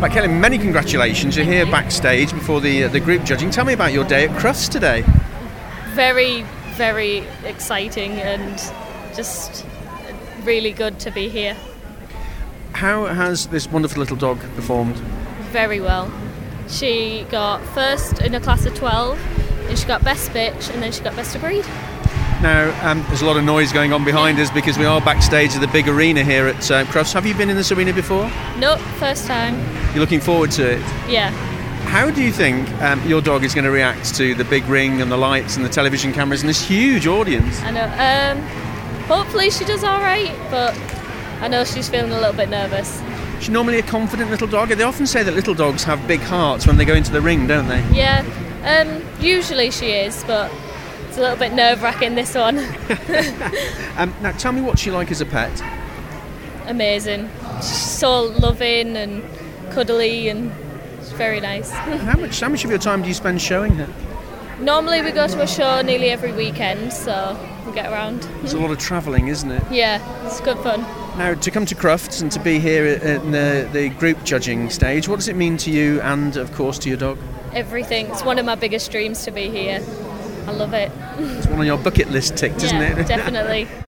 Right, Kellen, many congratulations. You're here backstage before the, uh, the group judging. Tell me about your day at Crust today. Very, very exciting and just really good to be here. How has this wonderful little dog performed? Very well. She got first in a class of 12, and she got best bitch, and then she got best of breed. Now, um, there's a lot of noise going on behind us because we are backstage at the big arena here at uh, Crust. Have you been in this arena before? Nope, first time. You're looking forward to it. Yeah. How do you think um, your dog is going to react to the big ring and the lights and the television cameras and this huge audience? I know. Um, hopefully she does all right, but I know she's feeling a little bit nervous. She's normally a confident little dog. They often say that little dogs have big hearts when they go into the ring, don't they? Yeah. Um, usually she is, but it's a little bit nerve wracking this one. Um, now, tell me what she like as a pet. Amazing. She's so loving and cuddly and it's very nice. How much, how much of your time do you spend showing her? Normally we go to a show nearly every weekend, so we get around. It's a lot of travelling, isn't it? Yeah, it's good fun. Now, to come to Crufts and to be here at- at the, the group judging stage, what does it mean to you and, of course, to your dog? Everything. It's one of my biggest dreams to be here. I love it. It's one on your bucket list ticked, isn't yeah, it? definitely.